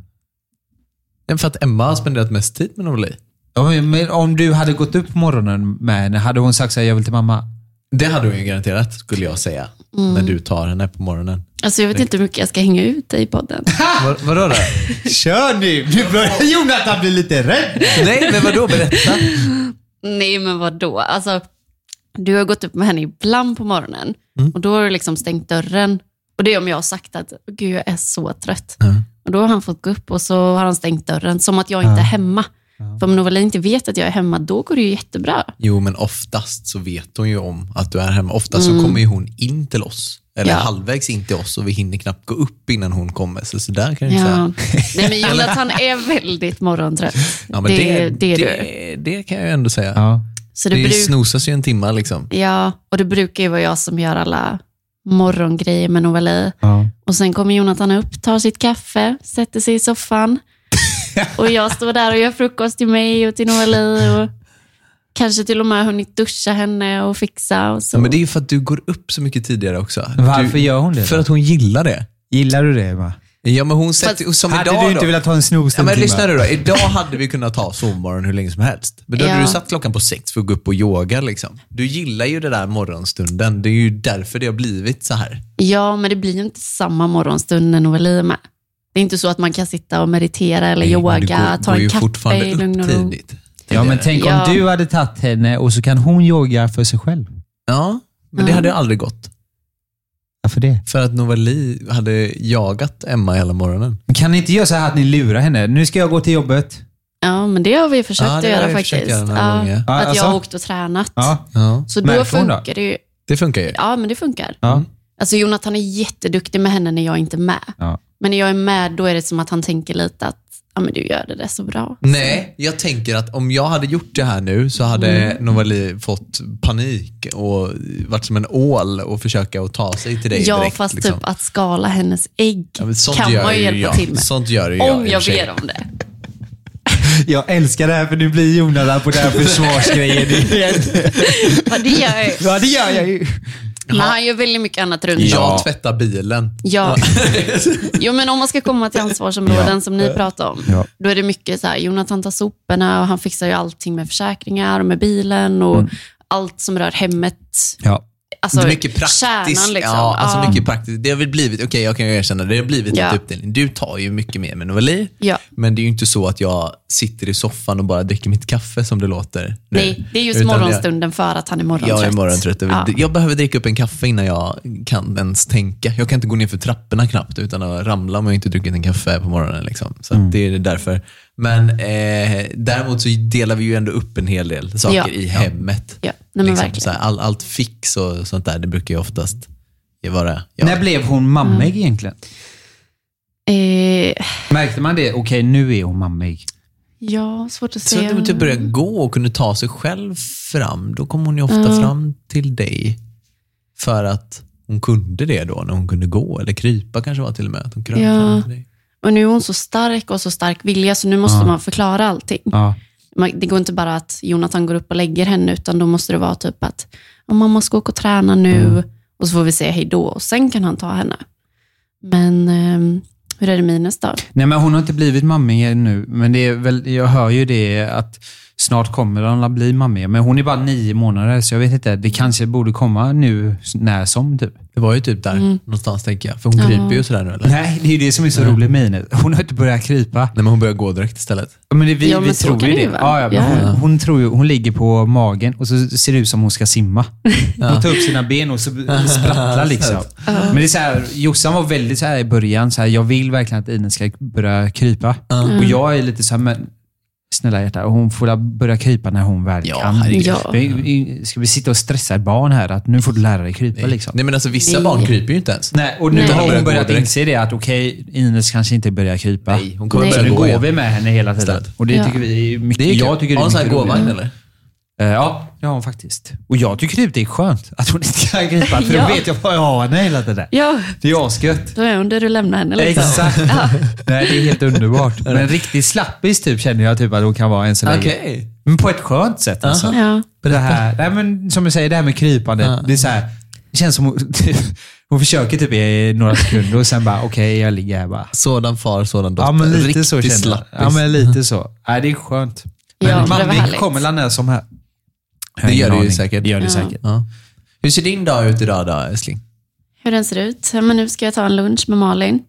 S1: Nej, För att Emma har spenderat mest tid med Novali.
S2: Ja, men- Men om du hade gått upp på morgonen med henne, hade hon sagt så här, jag vill till mamma?
S1: Det hade hon ju garanterat, skulle jag säga.
S5: Mm.
S1: När du tar henne på morgonen.
S5: Alltså jag vet inte hur mycket jag ska hänga ut dig i podden.
S1: Vad- Vadå då?
S2: Kör nu! Nu börjar Jonathan bli lite rädd.
S1: Nej, men vadå? Berätta.
S5: Nej, men vad då? Alltså, du har gått upp med henne ibland på morgonen
S1: Mm.
S5: och då har du liksom stängt dörren. Och det är om jag har sagt att Gud, jag är så trött. Och då har han fått gå upp och så har han stängt dörren, som att jag inte är hemma. För om Novali inte vet att jag är hemma, då går det ju jättebra.
S1: Jo, men oftast så vet hon ju om att du är hemma. Oftast så kommer ju hon in till oss. Eller
S5: Mm. Ja.
S1: halvvägs in till oss och vi hinner knappt gå upp innan hon kommer. Så, så där kan du inte
S5: Ja.
S1: säga.
S5: Nej, men Jonathan är väldigt morgontrött.
S1: Ja, men
S5: det, det, är du.
S1: det, det kan jag ju ändå säga.
S2: Ja.
S5: Så det,
S1: Det
S5: bruk-
S1: snosas ju en timma liksom.
S5: ja, och det brukar ju vara jag som gör alla morgongrejer med Novali.
S2: ja.
S5: Och sen kommer Jonathan upp, tar sitt kaffe, sätter sig i soffan. Och jag står där och gör frukost till mig och till Novali. Och kanske till och med hunnit duscha henne och fixa. Och så.
S1: Ja, men det är ju för att du går upp så mycket tidigare också.
S2: Varför
S1: du,
S2: gör hon det?
S1: För att hon gillar det.
S2: Gillar du det? Va?
S1: Ja, men hon sätter,
S5: Fast-
S1: som
S2: Hade
S1: idag
S2: du inte
S1: då.
S2: velat ha en snooze
S1: Ja, men
S2: en timme?
S1: lyssna nu då. Idag hade vi kunnat ta sovmorgon hur länge som helst. Men då hade
S5: Ja.
S1: du satt klockan på sex för att gå upp och yoga. Liksom. Du gillar ju den där morgonstunden. Det är ju därför det har blivit så här.
S5: Ja, men det blir ju inte samma morgonstund när Novali är med. Det är inte så att man kan sitta och meditera eller yoga,
S1: Men du går,
S5: ta
S1: går ju
S5: en kaffe
S1: fortfarande
S5: i lugn
S1: upp
S5: och ro.
S1: tidigt.
S2: Ja, men tänk
S5: Ja.
S2: om du hade tagit henne och så kan hon yoga för sig själv.
S1: Ja, men det hade ju aldrig gått.
S2: Varför det?
S1: För att Novali hade jagat Emma hela morgonen.
S2: Men kan ni inte göra så här att ni lurar henne? Nu ska jag gå till jobbet.
S5: Ja, men det har vi ju försökt
S1: Ja, det
S5: att
S1: har
S5: göra
S1: vi försökt
S5: faktiskt.
S1: göra några
S5: ja,
S1: gånger.
S5: att
S2: Ja,
S5: jag
S2: alltså?
S5: har åkt och tränat.
S2: Ja.
S1: Ja,
S5: Så då
S2: Märker hon då?
S5: funkar det ju.
S1: det funkar ju.
S5: Ja, men det funkar.
S2: ja.
S5: Alltså Jonathan är jätteduktig med henne när jag inte är med.
S2: Ja.
S5: Men när jag är med, då är det som att han tänker lite att ja, men du gör det där så bra.
S1: Nej, jag tänker att om jag hade gjort det här nu så hade
S5: Mm.
S1: Novali fått panik och varit som en ål och försöka att ta sig till dig
S5: ja,
S1: direkt.
S5: fast
S1: liksom.
S5: typ att skala hennes ägg
S1: Ja, men sånt
S5: kan
S1: gör
S5: man ju
S1: ju
S5: hjälpa
S1: jag.
S5: till med.
S1: Sånt gör ju jag i
S5: om
S1: och
S5: jag
S1: för sig.
S5: ber om det.
S2: Jag älskar det här för nu blir Jonas på den här försvarsgrejen igen.
S5: Ja, det gör jag. ju.
S2: Ja, det gör jag ju.
S5: Men han gör väldigt mycket annat runt om.
S1: Jag tvättar bilen.
S5: Ja. Jo, men om man ska komma till ansvarsområden som ni pratar om,
S2: Ja.
S5: då är det mycket så här, Jonathan tar soporna och han fixar ju allting med försäkringar och med bilen och allt som rör hemmet
S2: Ja.
S5: alltså,
S1: Mm. det är mycket praktiskt.
S5: kärnan. Liksom.
S1: Ja, alltså
S5: Ja.
S1: Mycket praktiskt. Det har väl blivit, okej jag kan ju erkänna, det har blivit
S5: Ja.
S1: en uppdelning. Du tar ju mycket mer med Novali,
S5: Ja.
S1: men det är ju inte så att jag sitter i soffan och bara dricker mitt kaffe som det låter nu.
S5: Nej, det är just
S1: Utan jag-
S5: morgonstunden för att han är morgontrött.
S1: Jag är morgontrött. Jag, vill-
S5: Ja.
S1: jag behöver dricka upp en kaffe innan jag kan ens tänka. Jag kan inte gå ner för trapporna knappt utan att ramla om jag inte druckit en kaffe på morgonen. Liksom. Så att det är därför. Men eh, däremot så delar vi ju ändå upp en hel del saker
S5: Ja.
S1: i hemmet.
S5: Ja. Nej, men verkligen.
S1: liksom så här, all, allt fix och sånt där, det brukar ju oftast vara jag.
S2: När blev hon mammig egentligen?
S5: Eh,
S2: Märkte man det? Okej, nu är hon mammig.
S5: ja, svårt att
S1: Så att
S5: säga.
S1: hon typ började gå och kunde ta sig själv fram, då kom hon ju ofta fram till dig. För att hon kunde det då, när hon kunde gå. Eller krypa kanske var till och med. Att hon kröp
S5: Ja.
S1: fram till dig.
S5: Och nu är hon så stark och så stark vilja, så nu måste man förklara allting.
S2: Ja.
S5: Man, det går inte bara att Jonathan går upp och lägger henne, utan då måste det vara typ att "Ja, mamma ska åka och träna nu
S1: Mm.
S5: och så får vi säga hej då och sen kan han ta henne. Men ehm, hur är det Minus då?
S2: Nej, men hon har inte blivit mammig ännu, men det är väl, jag hör ju det att snart kommer hon att bli mammig. Men hon är bara nio månader, så jag vet inte. Det kanske borde komma nu när som, typ.
S1: Det var ju typ där
S5: Mm.
S1: någonstans tänker jag. För hon kryper ju sådär nu eller? Nej.
S2: Nej, det är ju det som är så roligt med Ines. Hon har inte börjat krypa.
S1: men hon börjar gå direkt istället.
S2: Ja, Men det, vi,
S5: Ja, men
S2: vi
S5: så
S2: tror
S5: kan
S2: ju
S5: det
S2: det.
S5: ju vara.
S2: ja, ja, men
S5: Ja.
S2: hon, hon, tror ju, hon ligger på magen och så ser det ut som hon ska simma. Hon tar upp sina ben och så sprattlar liksom. Men det är så här, Jossan var väldigt så här i början, så här, jag vill verkligen att Ines ska börja krypa. Och
S5: Mm.
S2: jag är lite så här, men snälla hjärta, hon får väl börja krypa när hon väl
S1: Ja,
S2: kan.
S1: herregud.
S5: Ja.
S2: Vi- vi- Ska vi sitta och stressa ett barn här att nu får du lära dig krypa liksom?
S1: Nej men alltså vissa
S5: Nej.
S1: barn kryper ju inte ens.
S2: Nej, och nu
S5: Nej.
S2: har
S1: Börjar
S2: hon
S1: gå
S2: börjat
S1: direkt.
S2: inse det att okej, Ines kanske inte börjar krypa.
S1: Nej, hon kommer
S5: Nej.
S2: Så
S1: börja
S2: nu
S1: gå
S2: går
S1: igen.
S2: vi med henne hela tiden.
S1: Istället.
S2: Och det
S5: Ja.
S2: tycker vi är mycket,
S1: Det är ju
S2: jag
S1: kul.
S2: tycker det
S1: Har
S2: är
S1: hon sån här
S2: mycket
S1: gåvagn
S2: roligare.
S1: eller?
S2: Eh, Ja, det har hon faktiskt. Och jag tycker typ det är skönt att hon inte kan gripa, för
S5: Ja.
S2: då vet jag vad jag har henne hela tiden.
S5: Ja,
S2: Det är asgött.
S5: då är hon där du lämnar henne. Liksom.
S2: Exakt. Nej, det är helt underbart. Men en riktig slappis typ känner jag typ att hon kan vara än så länge.
S1: Okej.
S2: Men på ett skönt sätt alltså.
S5: Ja.
S2: Det här, nej, men som jag säger, det här med krypande. Det, är så här, det känns som hon, typ, hon försöker typ i några sekunder och sen bara, okej, jag ligger här bara.
S1: Sådan far, sådan dotter.
S2: Ja, men lite
S1: Riktig
S2: så känner jag.
S1: slappis.
S2: Ja, men lite så. Nej, det är skönt. Men
S5: Ja, det var
S2: mammig
S5: härligt.
S2: kommer la när som här.
S1: Det gör det ju säkert.
S2: Det gör det
S5: Ja.
S2: säkert.
S1: Ja. Hur ser din dag ut idag då, älskling?
S5: Hur den ser ut. Ja, Men nu ska jag ta en lunch med Malin.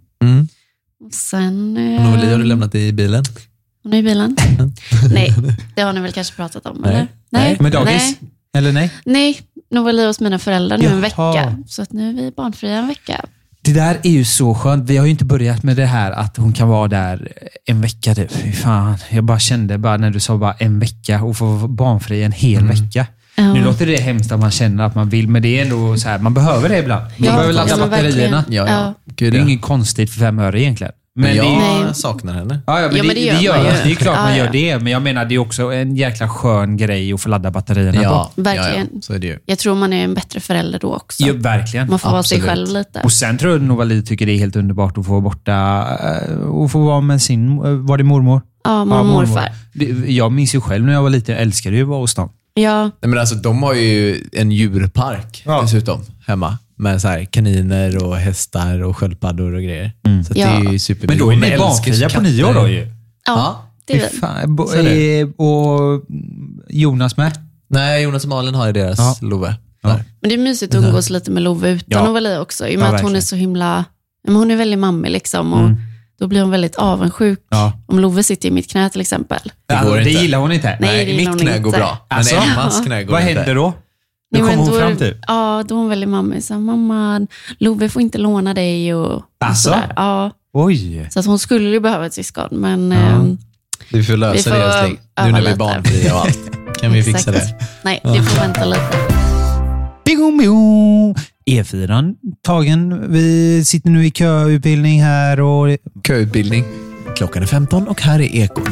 S5: Och sen... eh,
S1: Novali har du lämnat i bilen?
S5: Hon är i bilen. Nej, det har ni väl kanske pratat om?
S1: Nej.
S5: Eller?
S1: Nej.
S2: Med dagis?
S5: Nej.
S2: Eller nej?
S5: Nej, Novali hos mina föräldrar nu en
S2: Jaha.
S5: vecka. Så att nu är vi barnfria en vecka.
S2: Det där är ju så skönt. Vi har ju inte börjat med det här att hon kan vara där en vecka. Typ. Fy fan. Jag bara kände bara när du sa bara en vecka och få vara barnfri en hel vecka.
S5: Ja.
S2: Nu låter det hemskt att man känner att man vill, men det är ändå så här, man behöver det ibland. Man
S5: Ja,
S2: behöver
S5: ja,
S2: ladda
S5: men
S2: batterierna.
S5: verkligen. Ja.
S1: Gud,
S2: Det är
S1: ja.
S2: inget konstigt för fem öre egentligen.
S1: Men
S2: det är-
S1: jag
S5: Nej.
S1: saknar henne.
S2: Ja, ja, men,
S5: Ja,
S2: det,
S5: men
S2: det,
S5: det gör
S2: gör
S5: man ju.
S2: Det är ju klart
S5: Ja,
S2: man gör
S5: ja.
S2: det, men jag menar det är också en jäkla skön grej att få ladda batterierna på.
S1: Ja,
S5: Verkligen.
S1: Ja, ja. Så är det ju.
S5: Jag tror man är en bättre förälder då också.
S2: Ja, verkligen.
S5: Man får vara sig
S1: absolut.
S5: själv lite.
S2: Och sen tror jag Novali tycker det är helt underbart att få vara borta eh, och få vara med sin, eh, var det mormor?
S5: Ja, mormor och morfar.
S2: Det- Jag minns ju själv när jag var liten, jag älskade ju att vara hos dem.
S5: Ja,
S1: Nej, men alltså, de har ju en djurpark
S2: Ja.
S1: dessutom hemma. Med så här, kaniner och hästar och sköldpaddor och grejer. Så att det är
S5: Ja.
S1: ju supermysigt.
S2: Men då
S1: Hon
S2: är ni
S1: Mm. älskar
S2: barnfria på
S1: katter.
S2: nio år då ju.
S5: ja, det är vi.
S2: Fan, bo,
S1: Så är det.
S2: eh, och Jonas med.
S1: Nej, Jonas och Malin har ju deras
S2: Ja.
S1: Love.
S2: Ja.
S1: Där.
S5: Men det är mysigt att umgås lite med Love utan
S2: Ja.
S5: Novali också. I och
S2: Ja,
S5: med att hon är
S2: verkligen.
S5: så himla... ja, Men hon är väldigt mammig liksom. Och Då blir hon väldigt avundsjuk.
S2: Ja.
S5: Om Love sitter i mitt knä till exempel.
S1: Det går
S2: Alltså, det
S1: inte.
S2: gillar hon inte.
S5: Nej, det gillar
S1: Mitt
S5: hon
S1: knä
S5: inte.
S1: går bra, men
S2: Alltså?
S1: Emmas knä går
S2: Vad
S1: inte.
S2: händer då? Nu
S5: Nej,
S2: kommer
S5: men
S2: hon
S5: då är-
S2: fram
S1: typ.
S2: till.
S5: Ja, då är hon väldigt mammig. Så, här, Mamma, Love får inte låna dig och, och
S2: Alltså?
S5: sådär. Ja,
S2: Oj.
S5: så att hon skulle ju behöva ett syskon, men ehm,
S1: Du får
S5: Vi
S1: lösa
S5: får
S1: det älskling. Nu
S5: öva
S1: när vi är
S5: lite.
S1: barnfria och allt. Kan vi fixa
S5: Exakt.
S1: det?
S5: Nej, det får vänta lite.
S2: Bigum, bigum. E4 E tagen. Vi sitter nu i köutbildning här och...
S1: Köutbildning. Klockan är 15 och här är Ekot.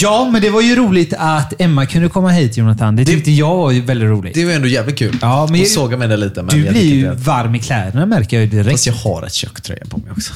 S2: Ja, men det var ju roligt att Emma kunde komma hit, Jonathan. Det tyckte jag var ju väldigt roligt.
S1: Det var ändå jävligt kul.
S2: Ja, men
S1: Hon
S2: jag-
S1: sågar med det lite, men
S2: du
S1: jag
S2: blir
S1: tycker
S2: ju
S1: inte att-
S2: varm i kläderna märker jag ju direkt.
S1: Fast jag har ett köktröja på mig också.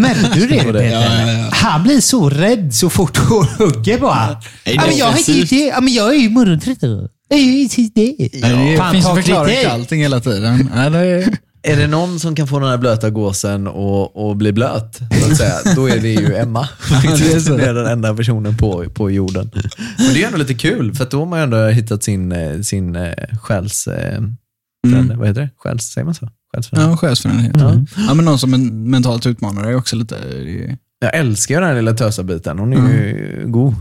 S2: Märker du det,
S1: var det.
S2: Peter?
S3: Ja, ja, ja.
S2: Han blir så rädd så fort hon hugger på honom.
S3: det är
S2: Ja, men jag, har inte gjort
S3: offensivt.
S2: det. ja, men jag är ju morgontrött. då. Jag är ju precis det.
S3: Nej, det
S2: Fan,
S3: finns
S2: ta
S3: förklaring
S2: kritik.
S3: till allting hela tiden. Nej, det är...
S1: Är det någon som kan få den här blöta gåsen och, och bli blöt, så att säga, då är det ju Emma. det, är den enda personen på, på jorden. Men det är ändå lite kul, för att då har man ju ändå hittat sin, eh, sin eh, själs... eh,
S2: Mm.
S1: föränder- Vad heter det? Själs, säger man så? Själsförändring.
S3: Ja, själsförändring.
S2: Mm.
S1: Ja.
S3: Ja, men någon som en mentalt utmanar dig också lite. Det är-
S1: Jag älskar ju den här lilla tösabiten. Hon är ju
S2: Mm.
S1: god,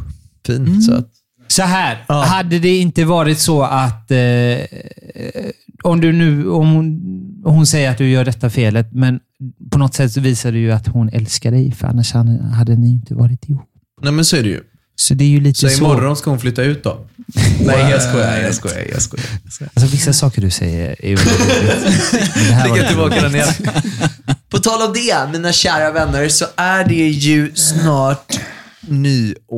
S1: fin, söt.
S2: Så här,
S1: Ja.
S2: hade det inte varit så att... Eh, eh, om du nu... Om hon, hon säger att du gör detta felet, men på något sätt så visar det ju att hon älskar dig, för annars hade- hade ni ju inte varit ihop.
S1: Nej, men så är det ju.
S2: Så det är ju lite
S1: Så
S2: så...
S1: imorgon ska hon flytta ut då? Nej, jag skojar. Jag skojar. Jag skojar. Jag skojar.
S2: Alltså, vissa saker du säger är ju... väldigt roligt. Men det här
S1: Klicka
S2: var lite
S1: tillbaka den igen. På tal om det, mina kära vänner, så är det ju snart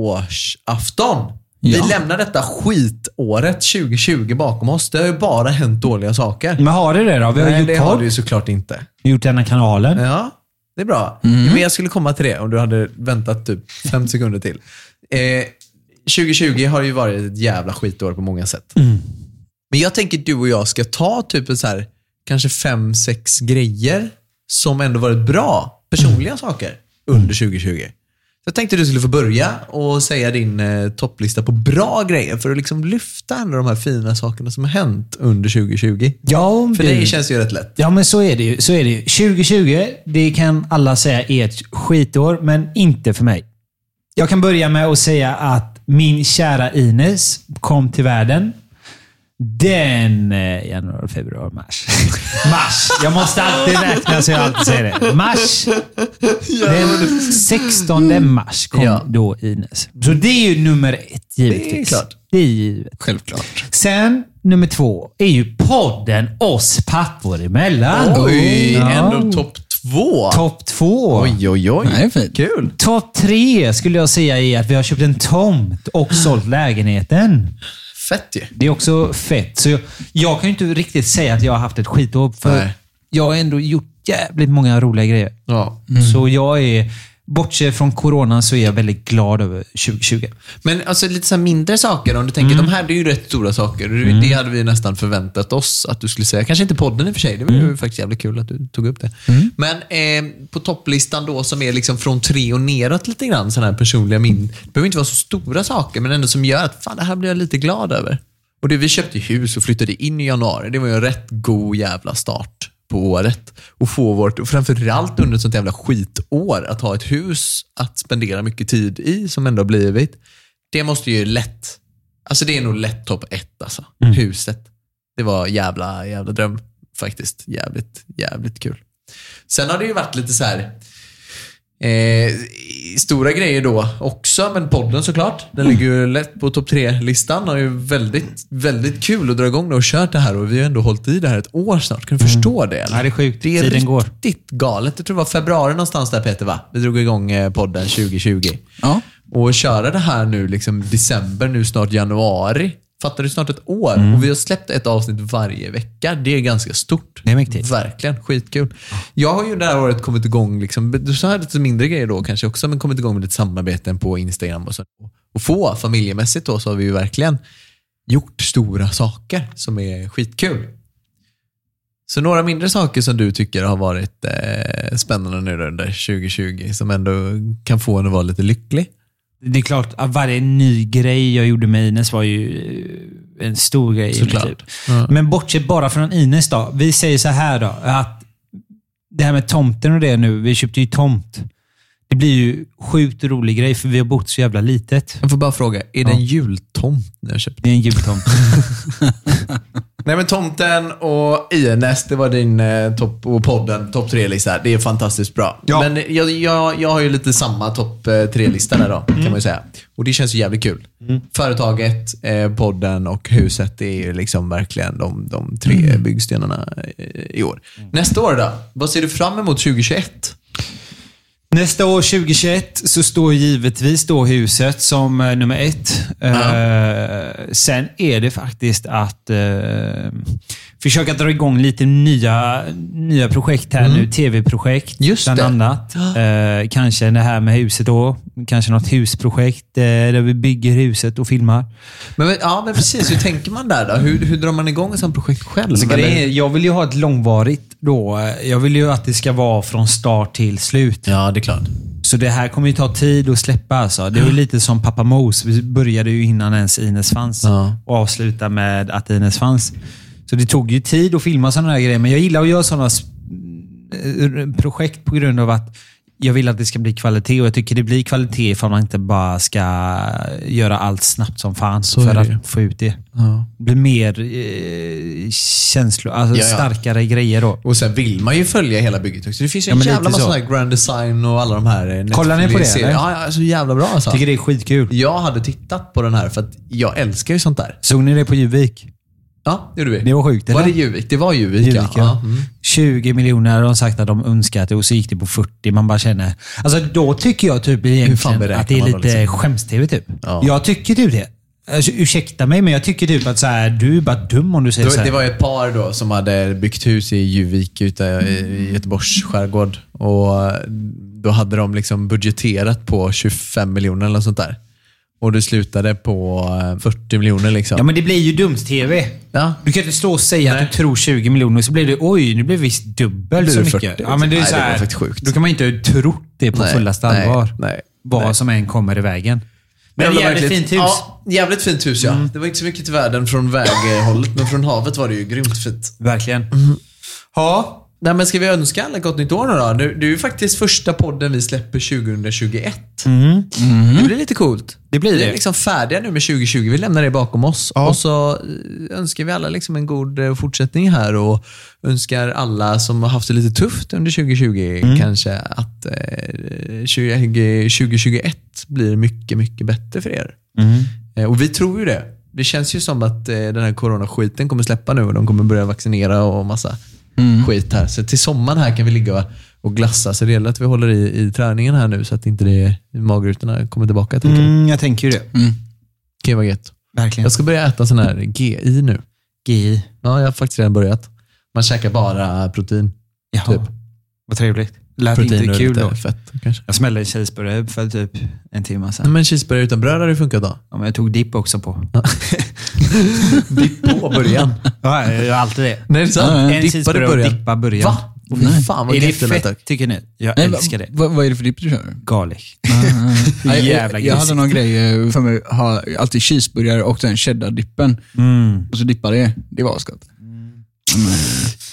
S1: nyårsafton.
S3: Ja.
S1: Vi lämnar detta skitåret 2020 bakom oss. Det har ju bara hänt dåliga saker.
S2: Men har du det då? Vi har
S1: Nej,
S2: gjort,
S1: det har
S2: podd,
S1: du ju såklart inte.
S2: gjort denna kanalen.
S1: Ja, det är bra. Men jag skulle komma till det om du hade väntat typ fem sekunder till. Eh, 2020 har ju varit ett jävla skitår på många sätt. Men jag tänker att du och jag ska ta typ en så här, kanske fem, sex grejer som ändå varit bra, personliga saker under 2020. Så jag tänkte att du skulle få börja och säga din eh, topplista på bra grejer för att liksom lyfta ändå de här fina sakerna som har hänt under 2020.
S2: Ja, om
S1: För
S2: du-
S1: dig känns ju rätt lätt.
S2: Ja, men så är det ju. Så är det ju. 2020, det kan alla säga är ett skitår, men inte för mig. Jag kan börja med att säga att min kära Ines kom till världen den eh, januari, februari, mars. Mars. Jag måste alltid räkna så jag alltid säger det. Mars. Den 16 mars kom
S1: Ja.
S2: då Ines. Så det är ju nummer ett, givetvis.
S1: klart.
S2: Det är givet.
S3: Självklart.
S2: Sen, nummer två, är ju podden oss pappor emellan.
S1: Oj,
S2: Ja.
S1: ändå topp två.
S2: Topp två.
S1: Oj, oj, oj.
S3: Nej, fint.
S1: Kul.
S2: Topp tre skulle jag säga är att vi har köpt en tomt och sålt lägenheten.
S1: Fett ju.
S2: Det är också fett. Så jag, jag kan ju inte riktigt säga att jag har haft ett skitår, för
S1: Nej.
S2: jag har ändå gjort jävligt många roliga grejer.
S1: Ja.
S2: Så jag är, bortsett från corona, så är jag väldigt glad över 2020.
S1: Men alltså lite så här mindre saker, om du tänker de här det är ju rätt stora saker. Det- Det hade vi nästan förväntat oss att du skulle säga. Kanske inte podden i och för sig, det var ju faktiskt jävligt kul att du tog upp det. Men eh, på topplistan då som är liksom från tre och neråt lite grann, sådana här personliga minnen. Det behöver inte vara så stora saker, men ändå som gör att fan, det här blir jag lite glad över. Och det, vi köpte hus och flyttade in i januari. Det var ju en rätt god jävla start på året. Och få vårt, och framförallt under ett sånt jävla skitår, att ha ett hus att spendera mycket tid i, som ändå har blivit. Det måste ju lätt, alltså det är nog lätt topp ett alltså. Huset. Det var jävla, jävla dröm faktiskt. Jävligt, jävligt kul. Sen har det ju varit lite så här eh, stora grejer då också, men podden såklart. Den ligger ju lätt på topp tre-listan. Har ju väldigt, väldigt kul att dra igång det och kört det här och vi har ju ändå hållit i det här ett år snart. Kan du förstå det? Eller?
S2: Mm. Ja, det är sjukt.
S1: Det är
S2: Tiden
S1: riktigt
S2: går.
S1: galet. Jag tror det var februari någonstans där Peter, va? Vi drog igång eh, podden 2020.
S3: Ja.
S1: Och köra det här nu liksom december, nu snart januari. Fattar du? Snart ett år. Och vi har släppt ett avsnitt varje vecka. Det är ganska stort.
S2: Det är mäktigt.
S1: Verkligen. Skitkul. Jag har ju det här året kommit igång, liksom, du sa lite mindre grejer då kanske också, men kommit igång med lite samarbeten på Instagram och så. Och få familjemässigt då så har vi ju verkligen gjort stora saker som är skitkul. Så några mindre saker som du tycker har varit eh, spännande nu då under 2020 som ändå kan få en att vara lite lycklig?
S2: Det är klart, att varje ny grej jag gjorde med Ines var ju eh, en stor grej. i mitt
S1: Såklart.
S2: liv. Men bortsett bara från Ines då. Vi säger så här då, att det här med tomten och det nu, vi köpte ju tomt. Det blir ju sjukt rolig grej, för vi har bott så jävla litet.
S1: Jag får bara fråga, är det en jultomt ni har köpt?
S2: Det är en jultomt.
S1: Nej men tomten och INS, det var din eh, topp och podden, topp tre-lista. Det är fantastiskt bra. Men jag, jag, jag har ju lite samma topp eh, tre-lista där då, kan man ju säga. Och det känns ju jävligt kul. Företaget, eh, podden och huset, det är ju liksom verkligen de, de tre byggstenarna eh, i år. Nästa år då? Vad ser du fram emot 2021?
S2: Nästa år, 2021, så står givetvis då huset som eh, nummer ett. Eh, sen är det faktiskt att eh, försöka dra igång lite nya, nya projekt här nu. Tv-projekt
S6: Just
S2: bland
S6: det.
S2: annat. Eh, kanske det här med huset då. Kanske något husprojekt eh, där vi bygger huset och filmar.
S1: Men, ja, men precis. Hur tänker man där då? Hur, hur drar man igång ett sånt projekt själv?
S2: Så
S1: eller?
S2: grejen är, jag vill ju ha ett långvarigt då. Eh, Jag vill ju att det ska vara från start till slut.
S1: Ja, det är klart.
S2: Så det här kommer ju ta tid att släppa. Alltså. Det är ju lite som Pappa Mos. Vi började ju innan ens Ines fanns
S1: Ja.
S2: och avslutade med att Ines fanns. Så det tog ju tid att filma sådana här grejer, men jag gillar att göra sådana eh, projekt på grund av att jag vill att det ska bli kvalitet och jag tycker det blir kvalitet ifall man inte bara ska göra allt snabbt som fan
S1: Så är
S2: för
S1: det
S2: att
S1: ju.
S2: få ut det.
S1: Ja.
S2: Det blir mer eh, känslor, alltså
S1: Ja, ja.
S2: starkare grejer då.
S1: Och sen vill man ju följa hela bygget också. Det finns ju
S2: Ja,
S1: en
S2: men
S1: jävla
S2: lite
S1: massa
S2: så.
S1: sådana här Grand Design och alla de här eh,
S2: Kollar ni på det,
S1: Netflix-serier.
S2: eller?
S1: Ja, ja, så jävla bra alltså.
S2: Jag tycker det är skitkul.
S1: Jag hade tittat på den här för att jag älskar ju sånt där.
S2: Såg ni det på Juvik?
S1: Ja, det gjorde vi.
S2: Det var sjukt,
S1: Var
S2: eller?
S1: det Juvik? Det var Juvik,
S2: Juvik,
S1: ja. ja. Mm.
S2: 20 miljoner har de sagt att de önskat det och så gick det på 40. Man bara känner... Alltså då tycker jag typ egentligen
S1: beräknar
S2: att det är
S1: man då,
S2: lite
S1: liksom?
S2: skäms-tv typ.
S1: Ja.
S2: Jag tycker typ det. Alltså, ursäkta mig, men jag tycker typ att så här, du är bara dum om du säger
S1: Det,
S2: så
S1: var,
S2: här.
S1: det var ett par då som hade byggt hus i Juvik ute i i Göteborgs skärgård. Och eh, då hade de liksom budgeterat på 25 miljoner eller något sånt där. Och det slutade på eh, 40 miljoner liksom.
S2: Ja, men det blir ju dumt-tv.
S1: Ja.
S2: Du kan inte stå och säga
S1: Nej.
S2: att du tror 20 miljoner och så blir det oj, nu blir det visst
S1: Nu
S2: dubbelt
S1: blir
S2: så
S1: det
S2: mycket.
S1: 40.
S2: Ja, men det
S1: liksom.
S2: är
S1: Nej,
S2: så
S1: det
S2: här,
S1: var faktiskt sjukt.
S2: Då kan man ju inte ha trott det på
S1: Nej,
S2: fullaste
S1: nej,
S2: allvar.
S1: nej,
S2: Vad
S1: nej.
S2: som än kommer i vägen. Men
S1: Jävla
S2: jävligt
S1: verkligt.
S2: fint hus. Mm.
S1: Ja, jävligt fint hus ja. Det var inte så mycket till världen från väghållet, men från havet var det ju grymt fint.
S2: Verkligen.
S1: Ja. Nej, men ska vi önska alla gott nytt år nu då? Nu- Det är ju faktiskt första podden vi släpper 2021. Det blir lite coolt.
S2: Mm. Det blir
S1: Vi är
S2: det.
S1: liksom färdiga nu med 2020. Vi lämnar det bakom oss. Och så eh, önskar vi alla liksom en god eh, fortsättning här och önskar alla som har haft det lite tufft under 2020
S2: Mm.
S1: kanske att eh, 20, 2021 blir mycket, mycket bättre för er. Eh, Och vi tror ju det. Det känns ju som att eh, den här coronaskiten kommer släppa nu och de kommer börja vaccinera och massa
S2: Mm.
S1: skit här. Så till sommaren här kan vi ligga och glassa. Så det gäller att vi håller i, i träningen här nu så att inte det, magrutorna kommer tillbaka. Tänker jag.
S2: Mm, jag tänker ju det.
S1: Det kan ju vara gött.
S2: Verkligen.
S1: Jag ska börja äta sån här GI nu.
S2: GI.
S1: Ja, jag har faktiskt redan börjat. Man käkar bara protein.
S2: Jaha.
S1: Typ.
S2: Vad trevligt. Lät
S1: Protein
S2: inte
S1: och
S2: kul
S1: lite
S2: då.
S1: fett kanske.
S2: Jag smällde en cheeseburgare för typ en timme
S1: Nej,
S2: sedan.
S1: men cheeseburgare utan bröd hade ju funkat då.
S2: Ja, men jag tog dipp också på.
S1: Dipp på början.
S2: Ja, jag gör alltid det.
S1: Nej, det är sant.
S3: Ja, ja.
S2: En
S1: Dippade
S2: cheeseburgare och
S1: början.
S2: dippa början.
S1: Va? Och fy fan vad
S2: är det
S1: gött lät dock.
S2: fett tycker ni? Jag
S3: Nej,
S2: älskar det.
S3: va- va- vad är det för dipp du kör?
S2: Garlic.
S3: Nej, jag-
S2: Jävla
S3: jag
S2: grisigt.
S3: hade någon grej eh, för mig, ha alltid cheeseburgare och den cheddardippen.
S2: Mm.
S3: Och så dippade det. Det var asgott.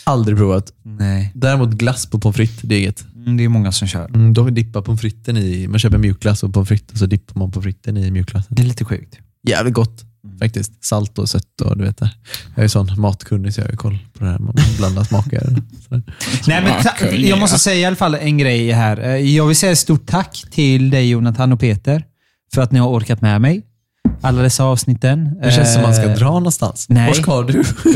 S1: Aldrig provat.
S2: Nej,
S1: Däremot glass på pommes frites, det är eget.
S2: Mm, det är många som kör.
S1: Mm, då dippar pommes fritesen i, man köper mjukglass och pommes frites och så dippar man pommes fritesen i mjukglassen.
S2: Det är lite sjukt.
S1: Jävligt gott faktiskt. Salt och sött och du vet det. Jag är ju sån matkunnig så jag har ju koll på det här med att blanda smaker. Sådär.
S2: Nej, men ta-
S3: Smakar,
S2: jag måste
S3: ja.
S2: säga i alla fall en grej här. Eh, Jag vill säga stort tack till dig Jonathan och Peter för att ni har orkat med mig. Alla dessa avsnitten.
S1: Det känns som man ska
S2: Eh,
S1: dra någonstans.
S2: nej.
S1: Var ska du?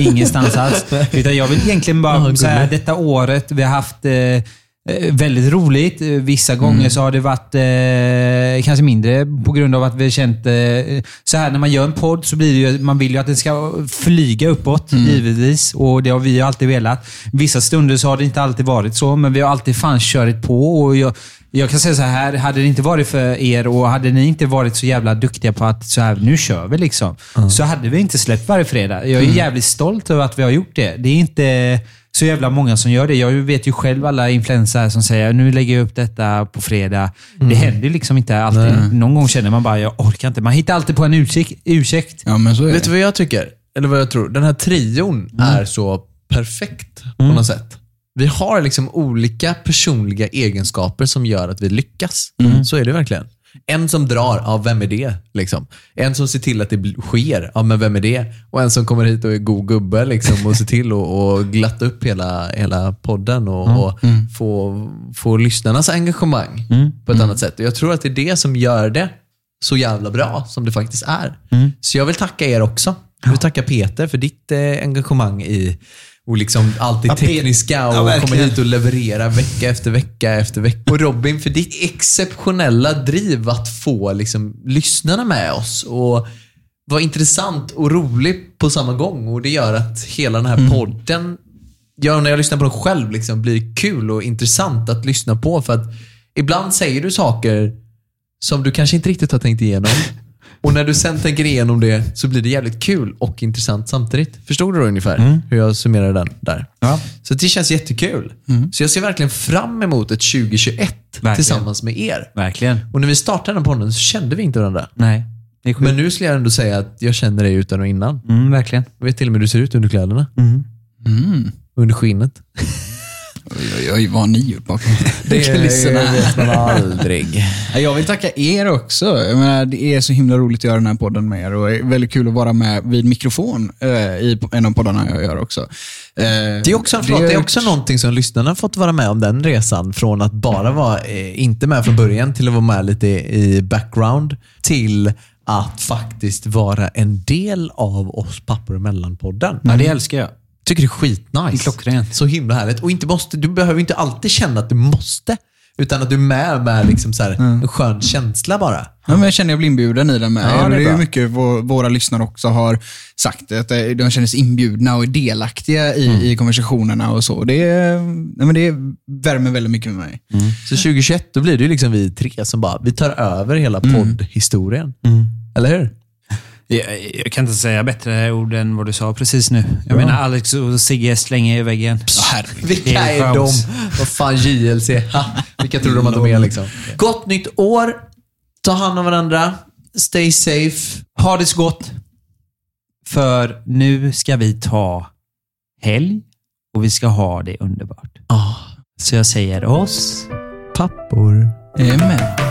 S2: Ingenstans alls. Utan jag vill egentligen bara
S1: Ja,
S2: så här,
S1: gulligt.
S2: detta året, vi har haft eh, eh, väldigt roligt. Eh, Vissa gånger
S1: Mm.
S2: så har det varit eh, kanske mindre på grund av att vi har känt... Eh, så här när man gör en podd så blir det ju, man vill ju att den ska flyga uppåt
S1: Mm.
S2: givetvis. Och det har vi ju alltid velat. Vissa stunder så har det inte alltid varit så, men vi har alltid fan körit på. Och jag, jag kan säga så här, hade det inte varit för er och hade ni inte varit så jävla duktiga på att så här, nu kör vi liksom, så hade vi inte släppt varje fredag. Jag är
S1: Mm.
S2: jävligt stolt över att vi har gjort det. Det är inte så jävla många som gör det. Jag vet ju själv alla influenser här som säger, nu lägger jag upp detta på fredag.
S1: Mm.
S2: Det händer ju liksom inte alltid. Någon gång känner man bara, jag orkar inte. Man hittar alltid på en ursäkt. ursäkt.
S3: Ja, men så är
S1: Vet du
S3: det. Mm.
S1: vad jag tycker? Eller vad jag tror? Den här trion är så perfekt på något sätt. Vi har liksom olika personliga egenskaper som gör att vi lyckas.
S3: Mm.
S1: Så är det verkligen. En som drar, ja vem är det? Liksom. En som ser till att det bl- sker, ja men vem är det? Och en som kommer hit och är god gubbe liksom, och ser till att och glatta upp hela, hela podden och,
S3: Mm.
S1: och få, få lyssnarnas engagemang
S3: Mm.
S1: på ett annat sätt. Och jag tror att det är det som gör det så jävla bra som det faktiskt är. Så jag vill tacka er också. Jag vill tacka Peter för ditt eh, engagemang i och liksom alltid
S6: Ja, Pe-
S1: tekniska och
S6: Ja, verkligen.
S1: komma hit och leverera vecka efter vecka efter vecka. Och Robin för ditt exceptionella driv att få liksom, lyssnarna med oss. Och var intressant och rolig på samma gång. Och Det gör att hela den här podden, ja, när jag lyssnar på den själv, liksom, blir kul och intressant att lyssna på. För att ibland säger du saker som du kanske inte riktigt har tänkt igenom. Och när du sen tänker igenom det så blir det jävligt kul och intressant samtidigt. Förstod du då ungefär
S4: Mm.
S1: hur jag summerade den där?
S2: Ja.
S1: Så det känns jättekul. Så jag ser verkligen fram emot ett 2021
S4: Mm. Verkligen.
S1: tillsammans med er.
S4: Verkligen.
S1: Och när vi startade den podden så kände vi inte varandra.
S4: Nej. Det är sjukt.
S1: Men nu skulle jag ändå säga att jag känner dig utan och innan.
S4: Mm, verkligen. Mm.
S1: Jag vet till och med hur du ser ut under kläderna. Under skinnet.
S3: Oj, oj, oj, vad har ni gjort bakom kulisserna?
S1: vet man aldrig.
S3: Ja, Jag vill tacka er också. Jag menar, det är så himla roligt att göra den här podden med er och det är väldigt kul att vara med vid mikrofon eh, i en av poddarna jag gör också. Eh,
S1: Det är, också, förlåt,
S3: har
S1: det är
S3: gjort-
S1: också någonting som lyssnarna har fått vara med om, den resan. Från att bara vara, eh, inte med från början, till att vara med lite i background, till att faktiskt vara en del av oss pappor emellan-podden.
S2: Mm.
S4: Ja, det älskar jag.
S1: Tycker det är skitnice.
S4: Klockrent.
S1: Så himla härligt. Och inte måste, du behöver inte alltid känna att du måste. Utan att du är med med liksom så här, en skön känsla bara.
S3: Ja, men jag känner jag blir inbjuden i den med.
S1: Ja,
S3: er.
S1: det
S3: Och
S1: är
S3: det är
S1: bra.
S3: ju mycket vår, våra lyssnare också har sagt, att eh, de känner sig inbjudna och är delaktiga
S1: Mm.
S3: i, i konversationerna och så. Det, är- nej, men det värmer väldigt mycket med mig.
S1: Så 2021, då blir det ju liksom vi tre som bara, vi tar över hela poddhistorien. Eller hur?
S4: Jag, jag kan inte säga bättre ord än vad du sa precis nu. Jag menar, Alex och Sigge slänger i väggen. Det
S1: Vilka
S4: är
S1: är de?
S4: kaos.
S1: Vad fan JLC? Ha, Vilka tror de att de är liksom? Gott nytt år. Ta hand om varandra. Stay safe.
S4: Ha det så gott. För nu ska vi ta helg och vi ska ha det underbart. Så jag säger oss...
S1: Pappor.
S3: Amen.